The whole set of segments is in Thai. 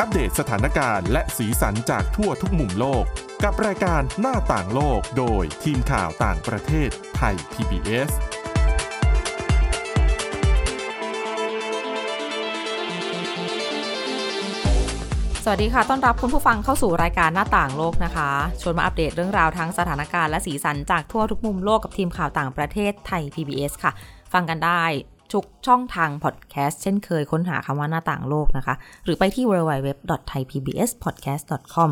อัปเดตสถานการณ์และสีสันจากทั่วทุกมุมโลก กับรายการหน้าต่างโลกโดยทีมข่าวต่างประเทศไทย PBS สวัสดีค่ะ ต้อนรับคุณผู้ฟังเข้าสู่รายการหน้าต่างโลกนะคะ ชวนมาอัปเดตเรื่องราวทั้งสถานการณ์และสีสันจากทั่วทุกมุมโลกกับทีมข่าวต่างประเทศไทย PBS ค่ะ ฟังกันได้ทุกช่องทางพอดแคสต์เช่นเคยค้นหาคำว่าหน้าต่างโลกนะคะ หรือไปที่ www.thaipbspodcast.com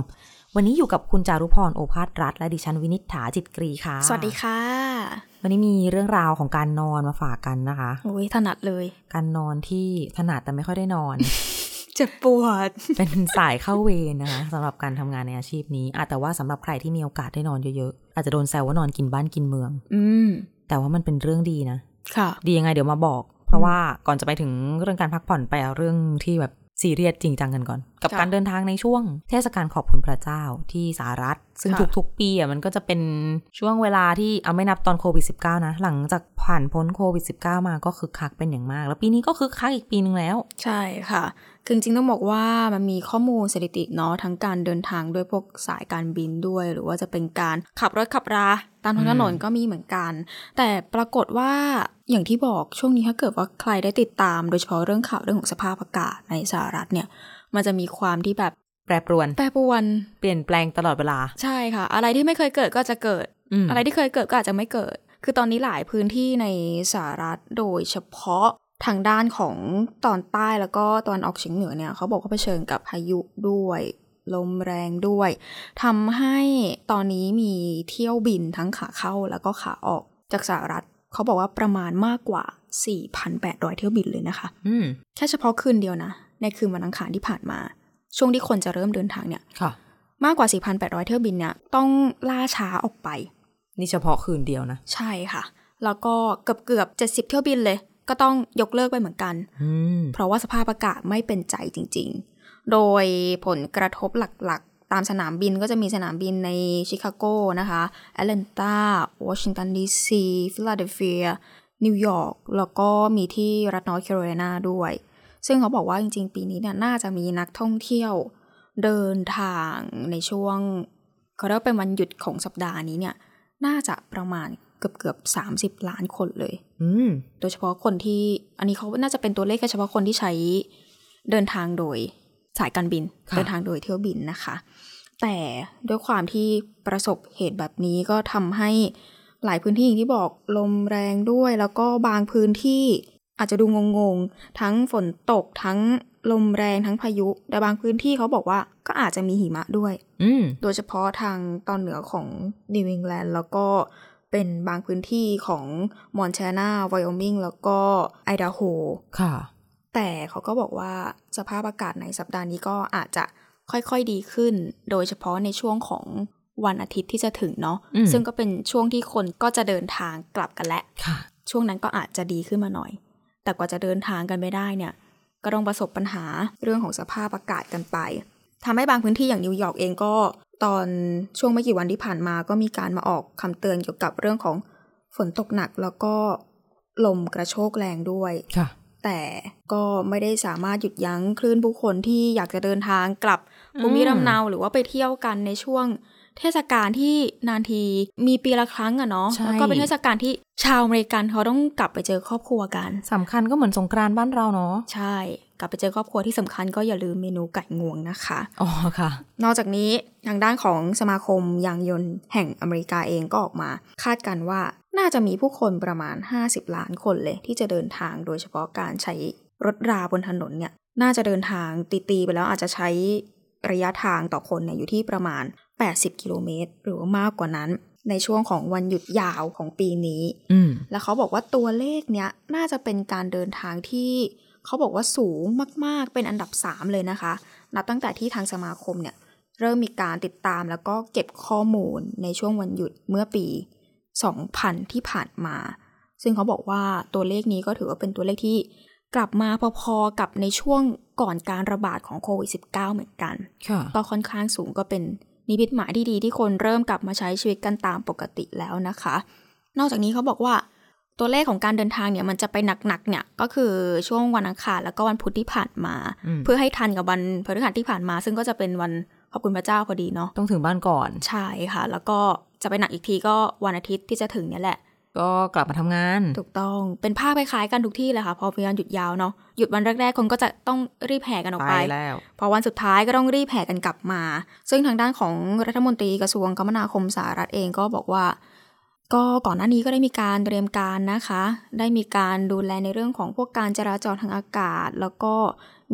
วันนี้อยู่กับคุณจารุพรโอภาสรัฐ และดิฉันวินิษฐาจิตกรีค่ะ สวัสดีค่ะ วันนี้มีเรื่องราวของการนอนมาฝากกันนะคะ โอ้ยถนัดเลย การนอนที่ถนัดแต่ไม่ค่อยได้นอน เจ็บปวด เป็นสายเข้าเวรนะคะสำหรับการทำงานในอาชีพนี้อาแต่ว่าสำหรับใครที่มีโอกาสได้นอนเยอะๆ อาจจะโดนแซวว่านอนกินบ้านกินเมือง อืม แต่ว่ามันเป็นเรื่องดีนะ ค่ะ ดียังไงเดี๋ยวมาบอก เพราะว่าก่อนจะไปถึงเรื่องการพักผ่อนไปเอาเรื่องที่แบบซีเรียสจริงจังกันก่อน กับ ค่ะ การเดินทางในช่วงเทศกาลขอบคุณพระเจ้าที่สหรัฐ ซึ่ง ค่ะ ทุกๆ ปีอ่ะมันก็จะเป็นช่วงเวลาที่เอาไม่นับตอนโควิด -19 นะ หลังจากผ่านพ้นโควิด -19 มาก็คึกคักเป็นอย่างมาก แล้วปีนี้ก็คึกคักอีกปีหนึ่งแล้ว ใช่ค่ะคือจริงๆต้องบอกว่ามันมีข้อมูลสถิติเนาะทั้งการเดินทางด้วยพวกสายการบินด้วย หรือว่าจะเป็นการขับรถขับรา ตามท้องถนนก็มีเหมือนกัน แต่ปรากฏว่าอย่างที่บอกช่วงนี้ถ้าเกิดว่าใครได้ติดตาม โดยเฉพาะเรื่องข่าวเรื่องของสภาพอากาศในสหรัฐเนี่ย มันจะมีความที่แบบ แปรปรวน แปรปรวน เปลี่ยนแปลงตลอดเวลา ใช่ค่ะ อะไรที่ไม่เคยเกิดก็จะเกิด ม อะไรที่เคยเกิดก็อาจจะไม่เกิด คือตอนนี้หลายพื้นที่ในสหรัฐโดยเฉพาะทางด้านของตอนใต้แล้วก็ตอนออกเฉียงเหนือเนี่ยเขาบอกว่าเผชิญกับพายุด้วย ลมแรงด้วยทำให้ตอนนี้มีเที่ยวบินทั้งขาเข้าแล้วก็ขาออกจากสหรัฐ เขาบอกว่าประมาณมากกว่า 4,800 เที่ยวบินเลยนะคะ อืม แค่เฉพาะคืนเดียวนะ ในคืนวันอังคารที่ผ่านมา ช่วงที่คนจะเริ่มเดินทางเนี่ย ค่ะ มากกว่า 4,800 เที่ยวบินเนี่ยต้องล่าช้าออกไป นี่เฉพาะคืนเดียวนะ ใช่ค่ะ แล้วก็เกือบเกือบเจ็ดสิบ70 เที่ยวบินเลย ก็ต้องยกเลิกไปเหมือนกัน อืม เพราะว่าสภาพอากาศไม่เป็นใจจริง ๆ โดยผลกระทบหลักๆ ตามสนามบินก็จะมีสนามบินในชิคาโกนะคะแอตแลนตาวอชิงตันดีซีฟิลาเดลเฟีย นิวยอร์ก แล้วก็มีที่รัฐนอร์ทแคโรไลนาด้วย ซึ่งเขาบอกว่าจริง ๆ ปีนี้เนี่ยน่าจะมีนักท่องเที่ยวเดินทางในช่วงเขาเรียกว่าเป็นวันหยุดของสัปดาห์นี้เนี่ยน่าจะประมาณเกือบเกือบสามสิบล้านคนเลย อืม โดยเฉพาะคนที่อันนี้เขาน่าจะเป็นตัวเลขแค่เฉพาะคนที่ใช้เดินทางโดยสายการบิน ค่ะ เดินทางโดยเที่ยวบินนะคะ แต่ด้วยความที่ประสบเหตุแบบนี้ก็ทำให้หลายพื้นที่อย่างที่บอกลมแรงด้วย แล้วก็บางพื้นที่อาจจะดูงงๆ ทั้งฝนตกทั้งลมแรงทั้งพายุ แต่บางพื้นที่เขาบอกว่าก็อาจจะมีหิมะด้วย อืม โดยเฉพาะทางตอนเหนือของนิวอิงแลนด์แล้วก็เป็นบางพื้นที่ของมอนแทนาไวโอมิงแล้วก็ไอดาโฮ ค่ะ แต่เขาก็บอกว่าสภาพอากาศในสัปดาห์นี้ก็อาจจะค่อยๆดีขึ้น โดยเฉพาะในช่วงของวันอาทิตย์ที่จะถึงเนาะ อืม ซึ่งก็เป็นช่วงที่คนก็จะเดินทางกลับกันแหละ ค่ะ ช่วงนั้นก็อาจจะดีขึ้นมาหน่อย แต่กว่าจะเดินทางกันไม่ได้เนี่ย ก็ต้องประสบปัญหาเรื่องของสภาพอากาศกันไป ทำให้บางพื้นที่อย่างนิวยอร์กเองก็ ตอนช่วงไม่กี่วันที่ผ่านมาก็มีการมาออกคำเตือนเกี่ยวกับเรื่องของฝนตกหนักแล้วก็ลมกระโชกแรงด้วย ค่ะ แต่ก็ไม่ได้สามารถหยุดยั้งคลื่นผู้คนที่อยากจะเดินทางกลับภูมิลำเนาหรือว่าไปเที่ยวกันในช่วง เทศกาลที่นานทีมีปีละครั้งอะเนาะ ใช่ แล้วก็เป็นเทศกาลที่ชาวอเมริกันเขาต้องกลับไปเจอครอบครัวกัน สำคัญก็เหมือนสงกรานต์บ้านเราเนาะ ใช่ กลับไปเจอครอบครัวที่สำคัญก็อย่าลืมเมนูไก่งวงนะคะ อ๋อ ค่ะ นอกจากนี้ทางด้านของสมาคมยางยนต์แห่งอเมริกาเองก็ออกมา คาดกันว่าน่าจะมีผู้คนประมาณ 50 ล้านคนเลย ที่จะเดินทางโดยเฉพาะการใช้รถราบนถนนเนี่ยน่าจะเดินทางตีๆไปแล้วอาจจะใช้ระยะทางต่อคนเนี่ยอยู่ที่ประมาณ 80 กิโลเมตร หรือว่ามากกว่านั้น ในช่วงของวันหยุดยาวของปีนี้ อืม แล้วเขาบอกว่าตัวเลขเนี้ยน่าจะเป็นการเดินทางที่เขาบอกว่าสูงมาก ๆ เป็นอันดับ 3 เลยนะคะ นับตั้งแต่ที่ทางสมาคมเนี่ยเริ่มมีการติดตามแล้วก็เก็บข้อมูลในช่วงวันหยุดเมื่อปี 2000 ที่ผ่านมา ซึ่งเขาบอกว่าตัวเลขนี้ก็ถือว่าเป็นตัวเลขที่กลับมาพอๆกับในช่วงก่อนการระบาดของโควิด -19 เหมือนกัน ค่ะ ก็ค่อนข้างสูงก็เป็นนิมิตหมายที่ดีที่คนเริ่มกลับมาใช้ชีวิตกันตามปกติแล้วนะคะ นอกจากนี้เขาบอกว่า ตัวเลขของการเดินทางเนี่ยมันจะไปหนักๆเนี่ยก็คือช่วงวันอังคารแล้วก็วันพุธที่ผ่านมา อืม เพื่อให้ทันกับวันพฤหัสที่ผ่านมา ซึ่งก็จะเป็นวันขอบคุณพระเจ้าพอดีเนาะ ต้องถึงบ้านก่อน ใช่ค่ะ แล้วก็จะไปหนักอีกทีก็วันอาทิตย์ที่จะถึงเนี่ยแหละ ก็กลับมาทำงาน ถูกต้องเป็นภาพคล้ายๆกันทุกที่เลยค่ะ พอมีวันหยุดยาวเนาะหยุดวันแรกๆคนก็จะต้องรีบแห่กันออก ไป ไป แล้ว พอวันสุดท้ายก็ต้องรีบแห่กันกลับมา ซึ่งทางด้านของรัฐมนตรีกระทรวงคมนาคมสหรัฐเองก็บอกว่า ก็ก่อนหน้านี้ก็ได้มีการเตรียมการนะคะ ได้มีการดูแลในเรื่องของพวกการจราจรทางอากาศ แล้วก็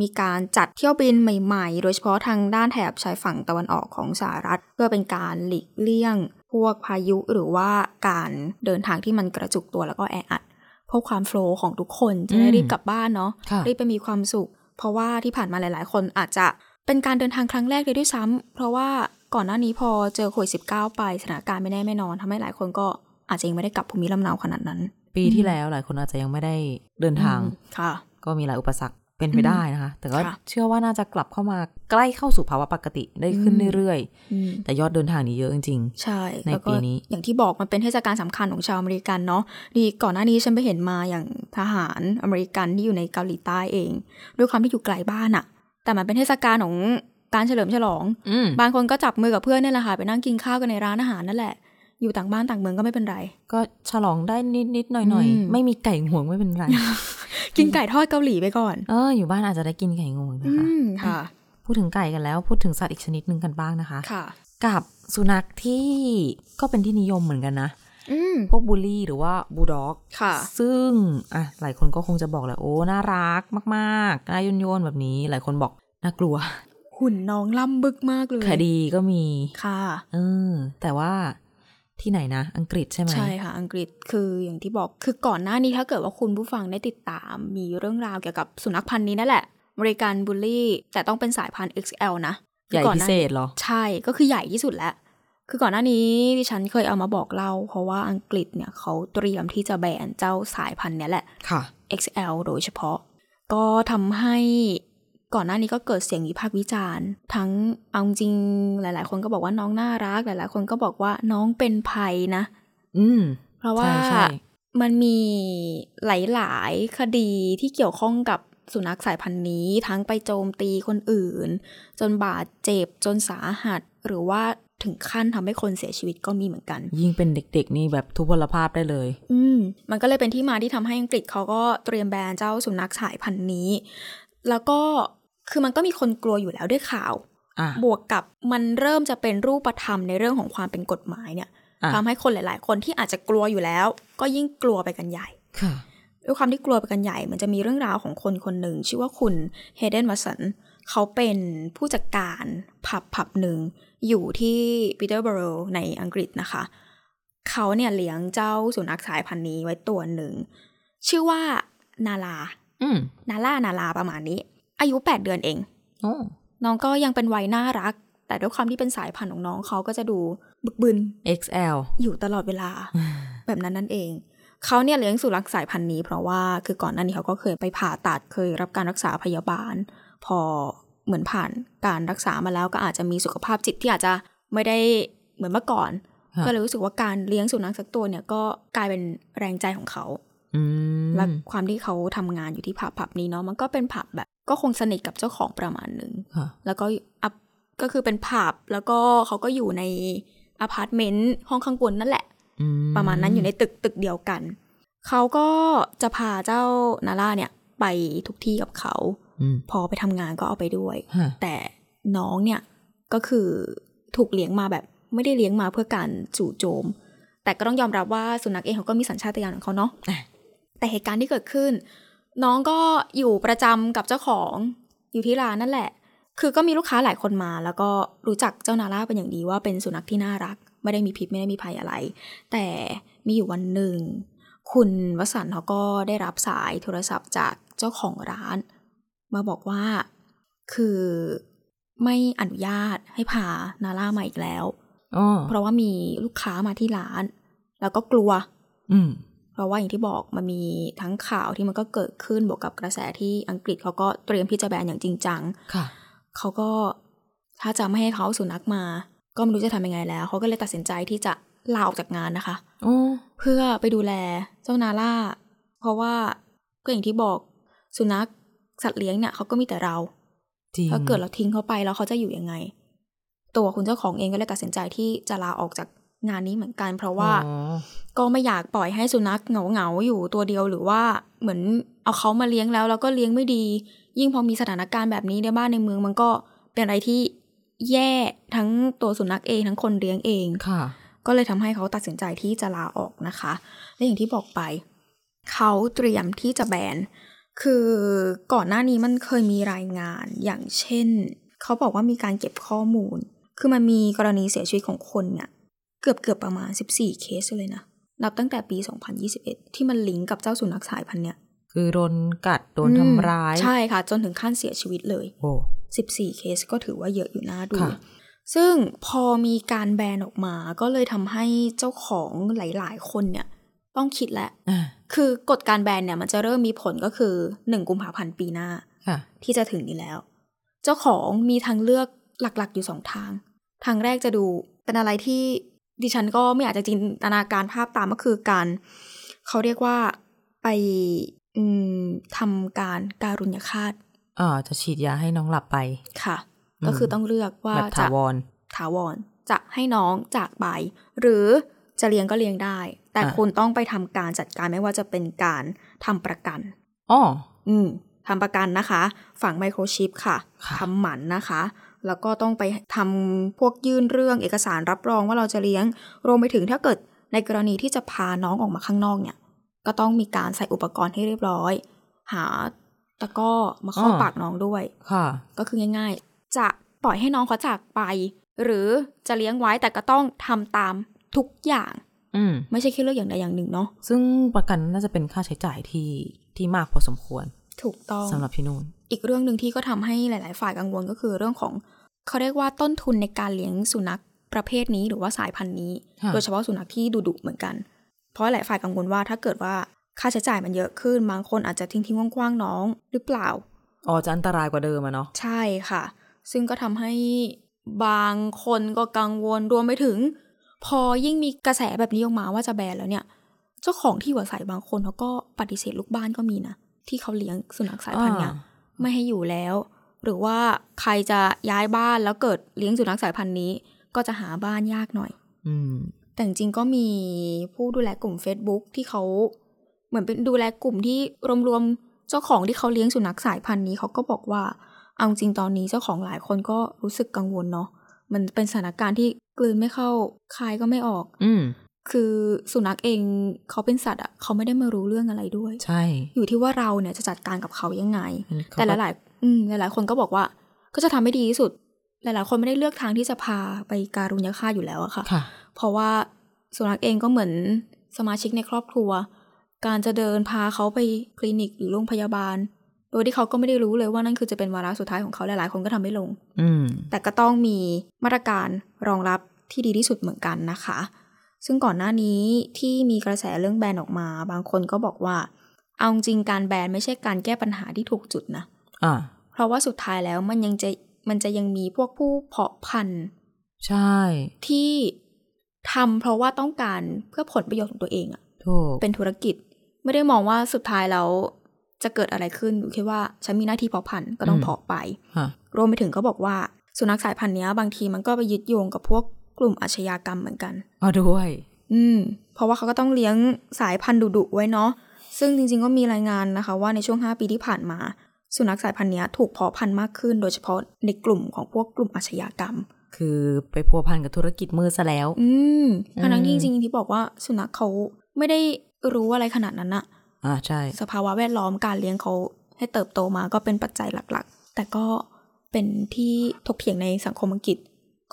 มีการจัดเที่ยวบินใหม่ ๆ โดยเฉพาะทางด้านแถบชายฝั่งตะวันออกของสหรัฐ เพื่อเป็นการหลีกเลี่ยง พวกพายุหรือว่าการเดินทางที่มันกระจุกตัวแล้วก็แออัดเพราะความโฟลว์ของทุกคนจะได้รีบกลับบ้านเนาะ ค่ะ รีบไปมีความสุข เพราะว่าที่ผ่านมาหลาย ๆ คนอาจจะเป็นการเดินทางครั้งแรกเลยด้วยซ้ำเพราะว่าก่อนหน้านี้พอเจอโควิดสิไปสถานการณ์ไม่แน่ไม่นอนทำให้หลายคนก็อาจจะยังไม่ได้กลับภูมิลำเนาขนาดนั้น ปีที่แล้วหลายคนอาจจะยังไม่ได้เดินทาง อืมค่ะ ก็มีหลายอุปสรรคเป็นไปได้นะคะ แต่ก็ ค่ะ เชื่อว่าน่าจะกลับเข้ามาใกล้เข้าสู่ภาวะปกติได้ขึ้นเรื่อย อืม ๆ แต่ยอดเดินทางนี่เยอะจริง ใช่ ใน แล้วก็ ปีนี้ อย่างที่บอกมันเป็นเทศกาลสำคัญของชาวอเมริกันเนาะดีก่อนหน้านี้ฉันไปเห็นมาอย่างทหารอเมริกันที่อยู่ในเกาหลีใต้เอง ด้วยความที่อยู่ไกลบ้านอะแต่มันเป็นเทศกาลของการเฉลิมฉลอง ๆ อืม บางคนก็จับมือกับเพื่อนเนี่ยแหละค่ะไปนั่งกินข้าวกันในร้านอาหารนั่นแหละ อยู่ต่างบ้านต่างเมืองก็ไม่เป็นไร ก็ฉลองได้นิดๆหน่อย อืม ๆ ไม่มีไก่ห่วงไม่ เป็นไร กินไก่ทอดเกาหลีไปก่อน เอออยู่บ้านอาจจะได้กินไก่งวง อื นะคะ ม ค่ะ พูดถึงไก่กันแล้วพูดถึงสัตว์อีกชนิดหนึ่งกันบ้างนะคะ ค่ะ กับสุนัขที่ก็เป็นที่นิยมเหมือนกันนะ อืม พวกบูลลี่หรือว่าบูลด็อก ค่ะ ซึ่งอ่ะหลายคนก็คงจะบอกแหละโอ้น่ารักมากๆน่าโยนโยนๆแบบนี้ หลายคนบอกน่ากลัว หุ่นน้องล่ำบึกมากเลย คดีก็มี ค่ะ เออแต่ว่าที่ไหนนะ อังกฤษใช่ไหม ใช่ค่ะ อังกฤษคืออย่างที่บอกคือก่อนหน้านี้ถ้าเกิดว่าคุณผู้ฟังได้ติดตาม มีเรื่องราวเกี่ยวกับสุนัขพันธุ์นี้นั่นแหละบริการบูลลี่ แต่ต้องเป็นสายพันธุ์ XL นะ ใหญ่ คือก่อน พิ น้า เศษเหรอ ใช่ ก็คือใหญ่ที่สุดแล้ว คือก่อนหน้านี้ดิฉันเคยเอามาบอกเล่า เพราะว่าอังกฤษเนี่ยเขาเตรียมที่จะแบนเจ้าสายพันธุ์เนี้ยแหละ ค่ะ XL โดยเฉพาะ ก็ทำให้ก่อนหน้านี้ก็เกิดเสียงวิพากษ์วิจารณ์ ทั้งเอาจริงๆหลาย ๆ คนก็บอกว่าน้องน่ารัก หลาย ๆ คนก็บอกว่าน้องเป็นภัยนะ อืม เพราะว่า ใช่ใช่ มันมีหลายๆ คดีที่เกี่ยวข้องกับสุนัขสายพันธุ์นี้ ทั้งไปโจมตีคนอื่น จนบาดเจ็บจนสาหัส หรือว่าถึงขั้นทำให้คนเสียชีวิตก็มีเหมือนกัน ยิ่งเป็นเด็กๆ นี่แบบทุพพลภาพได้เลย อืมมันก็เลยเป็นที่มาที่ทำให้อังกฤษเขาก็เตรียมแบนเจ้าสุนัขสายพันธุ์นี้ แล้วก็คือมันก็มีคนกลัวอยู่แล้วด้วยข่าว อ่ะ บวกกับมันเริ่มจะเป็นรูปธรรมในเรื่องของความเป็นกฎหมายเนี่ย อ่ะ ทำให้คนหลาย ๆ คนที่อาจจะกลัวอยู่แล้ว ก็ยิ่งกลัวไปกันใหญ่ ค่ะ ด้วยความที่กลัวไปกันใหญ่ มันจะมีเรื่องราวของคนคนหนึ่ง ชื่อว่าคุณเฮเดนวัสัน เขาเป็นผู้จัดการผับผับหนึ่ง อยู่ที่ปีเตอร์บโรในอังกฤษนะคะ เขาเนี่ยเลี้ยงเจ้าสุนัขสายพันธุ์นี้ไว้ตัวหนึ่ง ชื่อว่านาลา อืม นาลานาลาประมาณนี้ อายุ 8 เดือนเอง โอ้ น้องก็ยังเป็นวัยน่ารัก แต่ด้วยความที่เป็นสายพันธุ์ของน้องเขาก็จะดูบึกบึน XL อยู่ตลอดเวลา แบบนั้นนั่นเอง เขาเนี่ยเลี้ยงสุนัขสายพันธุ์นี้เพราะว่าคือก่อนหน้านี้เขาก็เคยไปผ่าตัดเคยรับการรักษาพยาบาล พอเหมือนผ่านการรักษามาแล้วก็อาจจะมีสุขภาพจิตที่อาจจะไม่ได้เหมือนเมื่อก่อน ฮะ ก็เลยรู้สึกว่าการเลี้ยงสุนัขสักตัวเนี่ยก็กลายเป็นแรงใจของเขา อืม และความที่เขาทำงานอยู่ที่ผับผับนี้เนาะมันก็เป็นผับแบบ ก็คงสนิทกับเจ้าของประมาณหนึ่ง ค่ะ แล้วก็อัพก็คือเป็นผับแล้วก็เขาก็อยู่ในอพาร์ตเมนต์ห้องข้างบนนั่นแหละ อื ประมาณนั้นอยู่ในตึกตึกเดียวกัน เขาก็จะพาเจ้านาร่าเนี่ยไปทุกที่กับเขา อืม พอไปทำงานก็เอาไปด้วย ค่ะ แต่น้องเนี่ยก็คือถูกเลี้ยงมาแบบไม่ได้เลี้ยงมาเพื่อการจู่โจม แต่ก็ต้องยอมรับว่าสุนัขเองเขาก็มีสัญชาตญาณของเขาเนาะแต่เหตุการณ์ที่เกิดขึ้น น้องก็อยู่ประจำกับเจ้าของอยู่ที่ร้านนั่นแหละ คือก็มีลูกค้าหลายคนมา แล้วก็รู้จักเจ้านาร่าเป็นอย่างดีว่าเป็นสุนัขที่น่ารัก ไม่ได้มีพิษไม่ได้มีภัยอะไร แต่มีอยู่วันหนึ่ง คุณวสันต์เขาก็ได้รับสายโทรศัพท์จากเจ้าของร้าน มาบอกว่าคือไม่อนุญาตให้พานาร่ามาอีกแล้ว อ๋อ เพราะว่ามีลูกค้ามาที่ร้าน แล้วก็กลัว อืม เพราะว่าอย่างที่บอกมันมีทั้งข่าวที่มันก็เกิดขึ้นบวกกับกระแสที่อังกฤษเขาก็เตรียมที่จะแบนอย่างจริงจัง ค่ะ เขาก็ถ้าจะไม่ให้เขาเอาสุนัขมา ก็ไม่รู้จะทำยังไงแล้ว เขาก็เลยตัดสินใจที่จะลาออกจากงานนะคะ โอ้ เพื่อไปดูแลเจ้านาล่า เพราะว่าก็อย่างที่บอกสุนัขสัตว์เลี้ยงเนี่ยเขาก็มีแต่เรา จริง ถ้าเกิดเราทิ้งเขาไปแล้วเขาจะอยู่ยังไง ตัวคุณเจ้าของเองก็เลยตัดสินใจที่จะลาออกจากงานนี้เหมือนกัน เพราะว่า อ๋อ ก็ไม่อยากปล่อยให้สุนัขเหงาเหงาๆอยู่ตัวเดียวหรือว่าเหมือนเอาเขามาเลี้ยงแล้วแล้วก็เลี้ยงไม่ดี ยิ่งพอมีสถานการณ์แบบนี้ในบ้านในเมืองมันก็เป็นอะไรที่แย่ทั้งตัวสุนัขเองทั้งคนเลี้ยงเอง ค่ะ ก็เลยทำให้เขาตัดสินใจที่จะลาออกนะคะ และอย่างที่บอกไป เขาเตรียมที่จะแบน คือก่อนหน้านี้มันเคยมีรายงานอย่างเช่น เขาบอกว่ามีการเก็บข้อมูล คือมันมีกรณีเสียชีวิตของคนเนี่ยเกือบเกือบๆประมาณ 14 เคสเลยนะ นับตั้งแต่ปี 2021 ที่มันลิงก์กับเจ้าสุนัขสายพันธุ์เนี่ย คือโดนกัดโดน อืม ทำร้าย ใช่ค่ะ จนถึงขั้นเสียชีวิตเลย โอ้ 14 เคสก็ถือว่าเยอะอยู่นะดู ค่ะ ซึ่งพอมีการแบนออกมาก็เลยทำให้เจ้าของหลาย ๆ คนเนี่ย ต้องคิดแหละ อ่ะ คือกฎการแบนเนี่ยมันจะเริ่มมีผลก็คือ 1 กุมภาพันธ์ปีหน้า ค่ะ ที่จะถึงนี้แล้ว เจ้าของมีทางเลือกหลักๆ อยู่ 2 ทาง ทางแรกจะดูเป็นอะไรที่ดิฉันก็ไม่อยากจะจินตนาการภาพตามก็คือการ เขาเรียกว่าไปอืมทำการการุญยฆาต อ่าจะฉีดยาให้น้องหลับไป ค่ะ อืม ก็คือต้องเลือกว่า แบบ จะ ถาวร ถาวรจะให้น้องจากไป หรือจะเลี้ยงก็เลี้ยงได้ แต่ อ่ะ คุณต้องไปทำการจัดการไม่ว่าจะเป็นการทำประกัน อ้อ อืมทำประกันนะคะ ฝังไมโครชิปค่ะ ค่ะ ทำหมันนะคะ แล้วก็ต้องไปทำพวกยื่นเรื่องเอกสารรับรองว่าเราจะเลี้ยง รวมไปถึงถ้าเกิดในกรณีที่จะพาน้องออกมาข้างนอกเนี่ย ก็ต้องมีการใส่อุปกรณ์ให้เรียบร้อย หาตะกร้อมาครอบปากน้องด้วย ค่ะ ก็คือง่ายๆ จะปล่อยให้น้องเขาจากไป หรือจะเลี้ยงไว้แต่ก็ต้องทำตามทุกอย่าง อืม ไม่ใช่แค่เลือกอย่างใดอย่างหนึ่งเนาะ ซึ่งประกันน่าจะเป็นค่าใช้จ่ายที่ที่มากพอสมควร ถูกต้อง สำหรับที่นู่น อีกเรื่องหนึ่งที่ก็ทำให้หลาย ๆ ฝ่ายกังวลก็คือเรื่องของเขาเรียกว่าต้นทุนในการเลี้ยงสุนัขประเภทนี้หรือว่าสายพันธุ์นี้ ค่ะ โดยเฉพาะสุนัขที่ดุดุๆเหมือนกัน เพราะหลายฝ่ายกังวลว่าถ้าเกิดว่าค่าใช้จ่ายมันเยอะขึ้นบางคนอาจจะทิ้งทิ้งๆกว้างๆน้องหรือเปล่า อ๋อจะอันตรายกว่าเดิมอะเนาะ ใช่ค่ะ ซึ่งก็ทำให้บางคนก็กังวลรวมไปถึง พอยิ่งมีกระแสแบบนี้ออกมาว่าจะแบนแล้วเนี่ย เจ้าของที่อยู่อาศัยบางคนเขาก็ปฏิเสธลูกบ้านก็มีนะ ที่เขาเลี้ยงสุนัขสายพันธุ์เนี่ย อ่า ไม่ให้อยู่แล้ว หรือว่าใครจะย้ายบ้านแล้วเกิดเลี้ยงสุนัขสายพันธุ์นี้ ก็จะหาบ้านยากหน่อย อืม แต่จริงๆก็มีผู้ดูแลกลุ่ม Facebook ที่เขาเหมือนเป็นดูแลกลุ่มที่รวมๆเจ้าของที่เขาเลี้ยงสุนัขสายพันธุ์นี้เขาก็บอกว่าเอาจริงตอนนี้เจ้าของหลายคนก็รู้สึกกังวลเนาะมันเป็นสถานการณ์ที่กลืนไม่เข้าคายก็ไม่ออก อืม คือสุนัขเองเขาเป็นสัตว์อะเขาไม่ได้มารู้เรื่องอะไรด้วย ใช่ อยู่ที่ว่าเราเนี่ยจะจัดการกับเขายังไง แต่ห ละ ลายๆอืมหลาย ๆ คนก็บอกว่าก็จะทำให้ดีที่สุด หลาย ๆ คนไม่ได้เลือกทางที่จะพาไปการุญยฆาตอยู่แล้วอะค่ะ ค่ะ เพราะว่าสุนัขเองก็เหมือนสมาชิกในครอบครัว การจะเดินพาเขาไปคลินิกหรือโรงพยาบาล โดยที่เขาก็ไม่ได้รู้เลยว่านั่นคือจะเป็นวาระสุดท้ายของเขาหลายๆ คนก็ทำไม่ลง อืม แต่ก็ต้องมีมาตรการรองรับที่ดีที่สุดเหมือนกันนะคะ ซึ่งก่อนหน้านี้ที่มีกระแสเรื่องแบนออกมา บางคนก็บอกว่า เอาจริงการแบนไม่ใช่การแก้ปัญหาที่ถูกจุดนะ อ่า เพราะว่าสุดท้ายแล้วมันยังจะมันจะยังมีพวกผู้เพาะพันธุ์ ใช่ ที่ทำเพราะว่าต้องการเพื่อผลประโยชน์ของตัวเองอะ ถูก เป็นธุรกิจ ไม่ได้มองว่าสุดท้ายแล้วจะเกิดอะไรขึ้นอยู่แค่ว่าฉันมีหน้าที่เพาะพันธุ์ก็ต้องเพาะไป ค่ะ รวมไปถึงก็บอกว่า สุนัขสายพันธุ์เนี้ยบางทีมันก็ไปยึดโยงกับพวกกลุ่มอาชญากรรมเหมือนกัน เอาด้วย อืม เพราะว่าเขาก็ต้องเลี้ยงสายพันธุ์ดุๆไว้เนาะซึ่งจริงๆก็มีรายงานนะคะ ว่าในช่วง 5 ปีที่ผ่านมา สุนัขสายพันธุ์เนี้ยถูกเพาะพันธุ์มากขึ้น โดยเฉพาะในกลุ่มของพวกกลุ่มอาชญากรรม คือไปพัวพันกับธุรกิจมือซะแล้ว อืม อืม ทั้งนั้นที่จริงๆที่บอกว่าสุนัขเขาไม่ได้รู้อะไรขนาดนั้นอะ อ่าใช่ สภาวะแวดล้อมการเลี้ยงเขาให้เติบโตมาก็เป็นปัจจัยหลักๆ แต่ก็เป็นที่ถกเถียงในสังคมอังกฤษ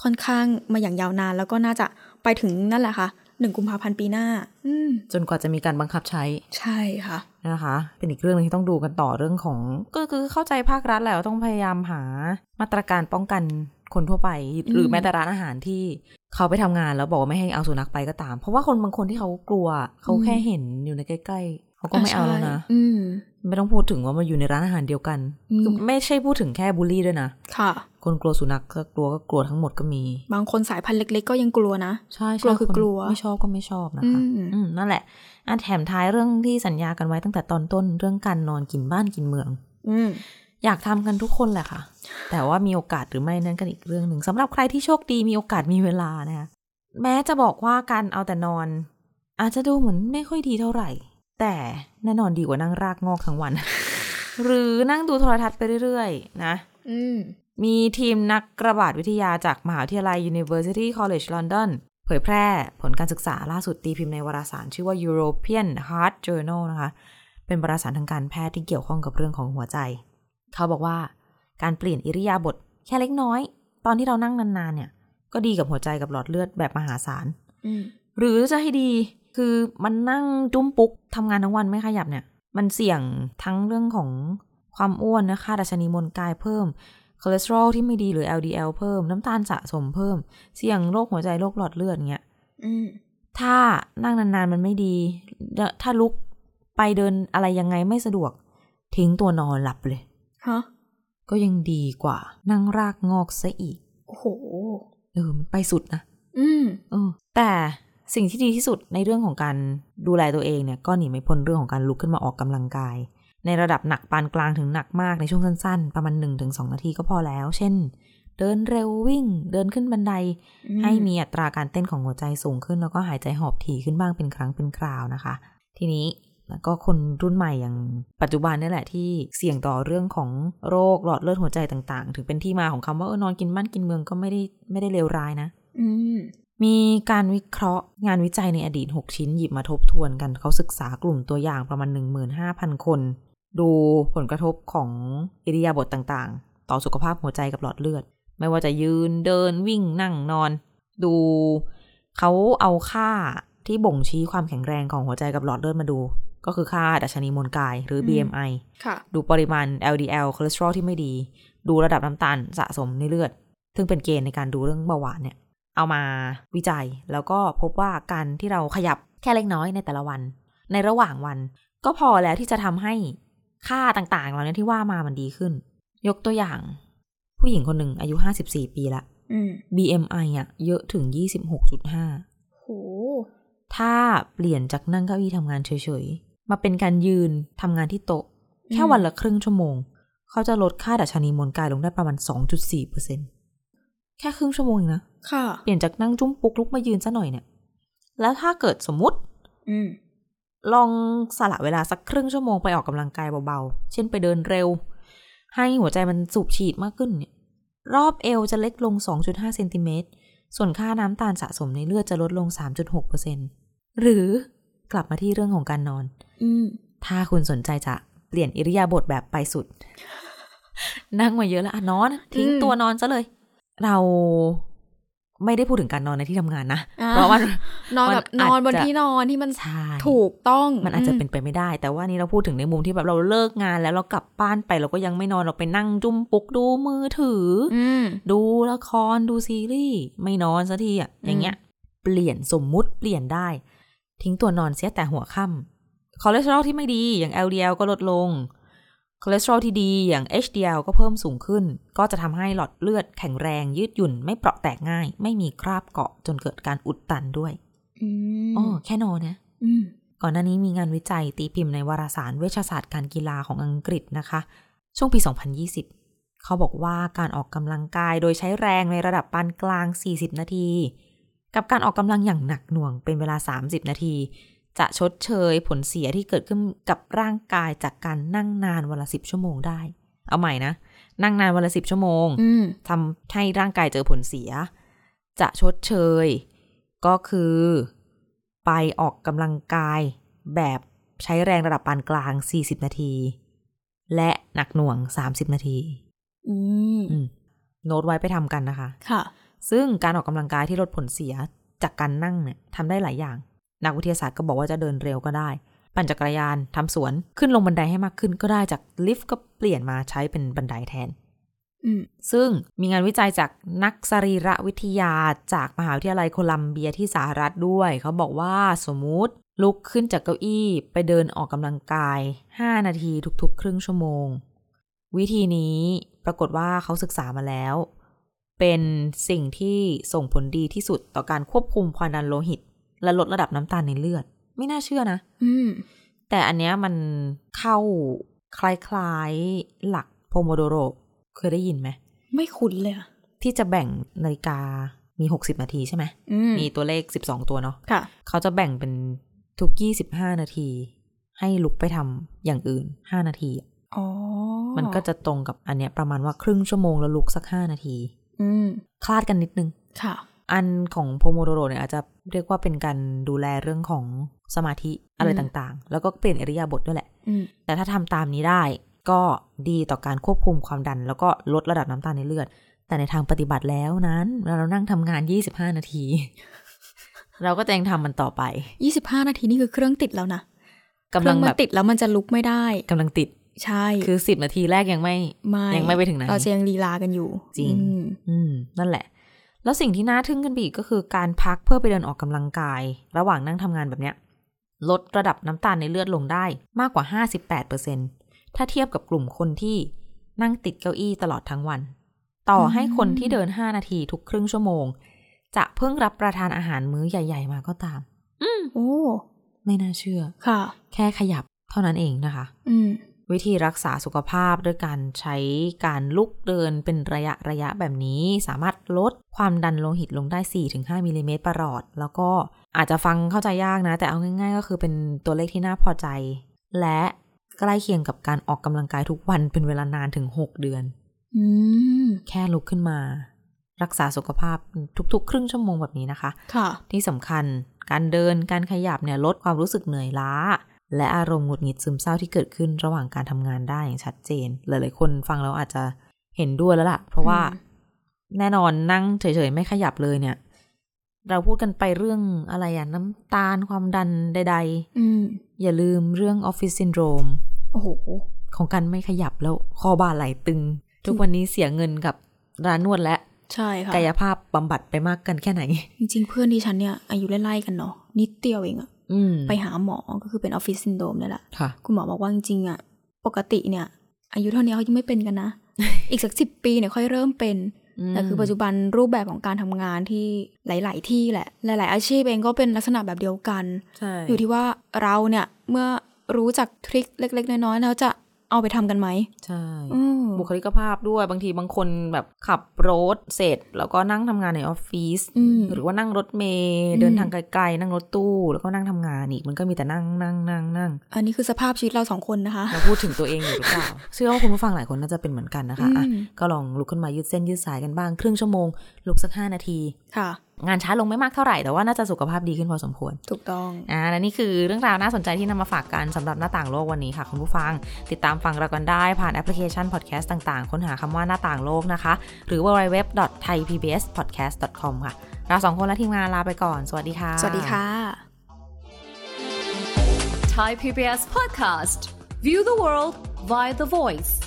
ค่อนข้างมาอย่างยาวนาน แล้วก็น่าจะไปถึงนั่นแหละค่ะหนึ่งกุมภาพันธ์ปีหน้า อืม จนกว่าจะมีการบังคับใช้ ใช่ค่ะ นะคะ เป็นอีกเรื่องหนึงที่ต้องดูกันต่อเรื่องของก็คือเข้าใจภาครัฐแหละว่าต้องพยายามหามาตรการป้องกันคนทั่วไป หรือ ม แม้แต่ร้านอาหารที่เขาไปทำงานแล้วบอกว่าไม่ให้เอาสุนัขไปก็ตาม เพราะว่าคนบางคนที่เขากลัวเขาแค่เห็นอยู่ในใกล้ๆเขา เขาก็ไม่เอาแล้วนะ ใช่อืม ไม่ต้องพูดถึงว่ามันอยู่ในร้านอาหารเดียวกัน อืม คือไม่ใช่พูดถึงแค่บูลลี่ด้วยนะ ค่ะ คนกลัวสุนัขก็กลัวก็กลัวทั้งหมดก็มี บางคนสายพันธุ์เล็ก ๆ ก็ยังกลัวนะ ใช่ใช่ กลัวคือน กลัว ไม่ชอบก็ไม่ชอบนะ อื คะ ม อืมนั่นแหละอ่ะแถมท้ายเรื่องที่สัญญากันไว้ตั้งแต่ตอนต้นเรื่องการนอนกินบ้านกินเมือง อืม อยากทำกันทุกคนแหละค่ะ แต่ว่ามีโอกาสหรือไม่นั่นกันอีกเรื่องหนึ่งสำหรับใครที่โชคดีมีโอกาสมีเวลานะคะแม้จะบอกว่าการเอาแต่นอน อาจจะดูเหมือนไม่ค่อยดีเท่าไหร่ แต่แน่นอนดีกว่านั่งรากงอกทั้งวัน หรือนั่งดูโทรทัศน์ไปเรื่อยๆนะ อืม มีทีมนักกระบาดวิทยาจากมหาวิทยาลัย University College London เผยแพร่ผลการศึกษาล่าสุดตีพิมพ์ในวารสารชื่อว่า European Heart Journal นะคะ เป็นวารสารทางการแพทย์ที่เกี่ยวข้องกับเรื่องของหัวใจ เขาบอกว่าการเปลี่ยนอิริยาบถแค่เล็กน้อย ตอนที่เรานั่งนานๆเนี่ย ก็ดีกับหัวใจกับหลอดเลือดแบบมหาศาล อืม หรือจะให้ดีคือมันนั่งจุ้มปุ๊กทำงานทั้งวันไม่ขยับเนี่ย มันเสี่ยงทั้งเรื่องของความอ้วนนะคะดัชนีมวลกายเพิ่มคอเลสเตอรอลที่ไม่ดีหรือ LDL เพิ่มน้ำตาลสะสมเพิ่ม เสี่ยงโรคหัวใจโรคหลอดเลือดเงี้ย อืม ถ้านั่งนานๆมันไม่ดีแล้วถ้าลุกไปเดินอะไรยังไงไม่สะดวก ทิ้งตัวนอนหลับไปเลย ฮะ ก็ยังดีกว่านั่งรากงอกซะอีก โอ้โห เออมันไปสุดนะ อืม เออแต่สิ่งที่ดีที่สุดในเรื่องของการดูแลตัวเองเนี่ยก็หนีไม่พ้นเรื่องของการลุกขึ้นมาออกกำลังกาย ในระดับหนักปานกลางถึงหนักมากในช่วงสั้นๆ ประมาณ 1-2 นาทีก็พอแล้ว เช่น เดินเร็ววิ่ง เดินขึ้นบันได อืม ให้มีอัตราการเต้นของหัวใจสูงขึ้น แล้วก็หายใจหอบถี่ขึ้นบ้างเป็นครั้งเป็นคราวนะคะ ทีนี้แล้วก็คนรุ่นใหม่อย่างปัจจุบันนี่แหละที่เสี่ยงต่อเรื่องของโรคหลอดเลือดหัวใจต่างๆ ถึงเป็นที่มาของคำว่าเออนอนกินบ้านกินเมืองก็ไม่ได้ไม่ได้เลวร้ายนะ อืม มีการวิเคราะห์งานวิจัยในอดีต 6 ชิ้นหยิบมาทบทวนกัน เขาศึกษากลุ่มตัวอย่างประมาณ 15,000 คน ดูผลกระทบของอิริยาบถต่างๆ ต่อสุขภาพหัวใจกับหลอดเลือด ไม่ว่าจะยืนเดินวิ่งนั่งนอน ดูเขาเอาค่าที่บ่งชี้ความแข็งแรงของหัวใจกับหลอดเลือดมาดู ก็คือค่าดัชนีมวลกายหรือ อืม BMI ค่ะ ดูปริมาณ LDL คอเลสเตอรอลที่ไม่ดี ดูระดับน้ำตาลสะสมในเลือด ซึ่งเป็นเกณฑ์ในการดูเรื่องเบาหวานเนี่ย เอามาวิจัยแล้วก็พบว่าการที่เราขยับแค่เล็กน้อยในแต่ละวัน ในระหว่างวัน ก็พอแล้วที่จะทำให้ค่าต่างๆ เหล่านี้ที่ว่ามามันดีขึ้น ยกตัวอย่าง ผู้หญิงคนหนึ่งอายุ 54 ปีละ อืม BMI อ่ะเยอะถึง 26.5 โห ถ้าเปลี่ยนจากนั่งเก้าอี้ทำงานเฉยๆ มาเป็นการยืนทำงานที่โต๊ะ แค่ อืม วันละครึ่งชั่วโมง เขาจะลดค่าดัชนีมวลกายลงได้ประมาณ 2.4%แค่ครึ่งชั่วโมงเองนะ ค่ะ เปลี่ยนจากนั่งจุ้มปุกลุกมายืนซะหน่อยเนี่ย แล้วถ้าเกิดสมมติ อืม ลองสละเวลาสักครึ่งชั่วโมงไปออกกำลังกายเบาๆ เช่นไปเดินเร็ว ให้หัวใจมันสูบฉีดมากขึ้นเนี่ย รอบเอวจะเล็กลง 2.5เซนติเมตร ส่วนค่าน้ำตาลสะสมในเลือดจะลดลง 3.6%หรือกลับมาที่เรื่องของการนอน อืม ถ้าคุณสนใจจะเปลี่ยนอิริยาบถแบบไปสุด นั่งมาเยอะแล้วอ่ะนอน ทิ้ง อืม ตัวนอนซะเลย เราไม่ได้พูดถึงการนอนในที่ทำงานนะ อ่า เพราะว่า นอน มัน แบบนอนบอานจจะ ที่นอนที่มัน ใช่ ถูกต้อง มันอาจจะ ม เป็นไปไม่ได้ แต่ว่านี่เราพูดถึงในมุมที่แบบเราเลิกงานแล้วเรากลับบ้านไปเราก็ยังไม่นอนเราไปนั่งจุ่มปุกดูมือถืออ อืม ดูละครดูซีรีส์ไม่นอนสักทีอ่ะ อืม อย่างเงี้ย เปลี่ยนสมมุติเปลี่ยนได้ ทิ้งตัวนอนเสียแต่หัวค่ำคอเลสเตอรอลที่ไม่ดีอย่าง LDL ก็ลดลง คอเลสเตอรอลที่ดีอย่าง HDL ก็เพิ่มสูงขึ้น ก็จะทำให้หลอดเลือดแข็งแรงยืดหยุ่น ไม่เปราะแตกง่าย ไม่มีคราบเกาะจนเกิดการอุดตันด้วย อืม อ๋อแค่นอนนะ อืม ก่อนหน้านี้มีงานวิจัยตีพิมพ์ในวารสารเวชศาสตร์การกีฬาของอังกฤษนะคะ ช่วงปี 2020 เขาบอกว่าการออกกำลังกายโดยใช้แรงในระดับปานกลาง 40 นาที กับการออกกำลังอย่างหนักหน่วงเป็นเวลา 30 นาที จะชดเชยผลเสียที่เกิดขึ้นกับร่างกายจากการนั่งนานวันละ 10 ชั่วโมงได้ เอาใหม่นะ นั่งนานวันละ 10 ชั่วโมง อืม ทำให้ร่างกายเจอผลเสีย จะชดเชย ก็คือ ไปออกกำลังกายแบบใช้แรงระดับปานกลาง 40 นาที และหนักหน่วง 30 นาที อืม อืม โน้ตไว้ไปทำกันนะคะ ค่ะ ซึ่งการออกกำลังกายที่ลดผลเสียจากการนั่งเนี่ยทำได้หลายอย่าง นักวิทยาศาสตร์ก็บอกว่าจะเดินเร็วก็ได้ ปั่นจักรยานทำสวนขึ้นลงบันไดให้มากขึ้นก็ได้จากลิฟต์ก็เปลี่ยนมาใช้เป็นบันไดแทน อืม ซึ่งมีงานวิจัยจากนักสรีระวิทยาจากมหาวิทยาลัยโคลัมเบียที่สหรัฐด้วย เขาบอกว่าสมมุติ ลุกขึ้นจากเก้าอี้ไปเดินออกกำลังกาย 5 นาทีทุกๆ ครึ่งชั่วโมง วิธีนี้ปรากฏว่าเขาศึกษามาแล้ว เป็นสิ่งที่ส่งผลดีที่สุดต่อการควบคุมความดันโลหิต และลดระดับน้ำตาลในเลือด ไม่น่าเชื่อนะ อืม แต่อันเนี้ยมันเข้าคล้ายๆหลักโพโมโดโรเคยได้ยินไหม ไม่คุ้นเลยอะ ที่จะแบ่งนาฬิกามี 60 นาทีใช่ไหม อืม มีตัวเลข 12 ตัวเนาะ ค่ะ เขาจะแบ่งเป็นทุก 25 นาที ให้ลุกไปทำอย่างอื่น 5 นาทีอะ อ๋อ มันก็จะตรงกับอันเนี้ยประมาณว่าครึ่งชั่วโมงแล้วลุกสัก 5 นาที อืม คลาดกันนิดนึง ค่ะ อันของโพโมโดโรเนี่ยอาจจะเรียกว่าเป็นการดูแลเรื่องของสมาธิอะไร อืม ต่างๆ แล้วก็เปลี่ยนอิริยาบถด้วยแหละ อืม แต่ถ้าทำตามนี้ได้ก็ดีต่อการควบคุมความดัน แล้วก็ลดระดับน้ำตาลในเลือด แต่ในทางปฏิบัติแล้วนั้นเวลาเรานั่งทำงาน 25 นาที เราก็จะยังทำมันต่อไป ยี่สิบห้านาทีนี่คือเครื่องติดแล้วนะ กำลัง เครื่องมั แบ น บ ติดแล้วมันจะลุกไม่ได้ กำลังติด ใช่ คือ 10 นาทีแรกยังไม่ ไม่ ยังไม่ไปถึงไหน เราจะยังลีลากันอยู่ จริง อืม อืม นั่นแหละ แล้วสิ่งที่น่าทึ่งขึ้นไปอีกก็คือการพักเพื่อไปเดินออกกำลังกาย ระหว่างนั่งทำงานแบบเนี้ย ลดระดับน้ำตาลในเลือดลงได้มากกว่า 58%ถ้าเทียบกับกลุ่มคนที่นั่งติดเก้าอี้ตลอดทั้งวัน ต่อให้คนที่เดิน 5 นาทีทุกครึ่งชั่วโมง จะเพิ่งรับประทานอาหารมื้อใหญ่ ๆ มาก็ตาม โอ้ ไม่น่าเชื่อ ค่ะ แค่ขยับเท่านั้นเองนะคะ อืม วิธีรักษาสุขภาพด้วยการใช้การลุกเดินเป็นระยะระยะแบบนี้ สามารถลดความดันโลหิตลงได้ 4-5มิลลิเมตรประหลอด แล้วก็อาจจะฟังเข้าใจยากนะ แต่เอาง่ายๆ ก็คือเป็นตัวเลขที่น่าพอใจ และใกล้เคียงกับการออกกำลังกายทุกวันเป็นเวลานานถึง 6 เดือน อืม แค่ลุกขึ้นมา รักษาสุขภาพทุกๆ ครึ่งชั่วโมงแบบนี้นะคะ ค่ะ ที่สำคัญการเดินการขยับเนี่ยลดความรู้สึกเหนื่อยล้า และอารมณ์หงุดหงิดซึมเศร้าที่เกิดขึ้นระหว่างการทำงานได้อย่างชัดเจน หลายๆคนฟังแล้วอาจจะเห็นด้วยแล้วล่ะ เพราะว่า อืม แน่นอนนั่งเฉยๆ ไม่ขยับเลยเนี่ย เราพูดกันไปเรื่องอะไรอะน้ำตาลความดันใด อืม ๆ อย่าลืมเรื่องออฟฟิศซินโดรม โอ้โห ของการไม่ขยับแล้วคอบ่าไหลตึง ทุกวันนี้เสียเงินกับร้านนวดและ ใช่ค่ะ กายภาพบำบัดไปมากกันแค่ไหน จริงๆ เพื่อนที่ฉันเนี่ย อายุไล่ๆกันเนาะนิดเดียวเองอะ อืม ไปหาหมอก็คือเป็นออฟฟิศซินโดรมเนี่ยแหละ ค่ะ คุณหมอบอกว่าจริงๆอะปกติเนี่ย อายุเท่านี้เขายังไม่เป็นกันนะ อีกสักสิบปีเนี่ยค่อยเริ่มเป็น แต่คือปัจจุบันรูปแบบของการทำงานที่หลาย ๆ ที่แหละ หลาย ๆ อาชีพเองก็เป็นลักษณะแบบเดียวกัน ใช่ อยู่ที่ว่าเราเนี่ยเมื่อรู้จักทริคเล็ก ๆ น้อยๆแล้วจะเอาไปทำกันไหม ใช่ อืม บุคลิกภาพด้วยบางทีบางคนแบบขับรถเสร็จ แล้วก็นั่งทำงานในออฟฟิศ อืม หรือว่านั่งรถเมล์ อืม เดินทางไกลๆ นั่งรถตู้ แล้วก็นั่งทำงานอีก มันก็มีแต่นั่งนั่งนั่งนั่ง อันนี้คือสภาพชีวิตเราสองคนนะคะ เราพูดถึงตัวเองอยู่หรือเปล่า เชื่อว่าคุณผู้ฟังหลายคนน่าจะเป็นเหมือนกันนะคะอ่ะ อืม ก็ลองลุกขึ้นมายืดเส้นยืดสายกันบ้างครึ่งชั่วโมง ลุกสักห้านาที ค่ะ งานช้าลงไม่มากเท่าไหร่แต่ว่าน่าจะสุขภาพดีขึ้นพอสมควร ถูกต้อง อ่าและนี่คือเรื่องราวน่าสนใจที่นำมาฝากกันสำหรับหน้าต่างโลกวันนี้ค่ะคุณผู้ฟัง ติดตามฟังเรากันได้ผ่านแอปพลิเคชันพอดแคสต์ต่างๆ ค้นหาคำว่าหน้าต่างโลกนะคะ หรือ www.thaipbspodcast.com ค่ะ เราสองคนและทีมงานลาไปก่อน สวัสดีค่ะ สวัสดีค่ะ Thai PBS podcast. View the world via the voice.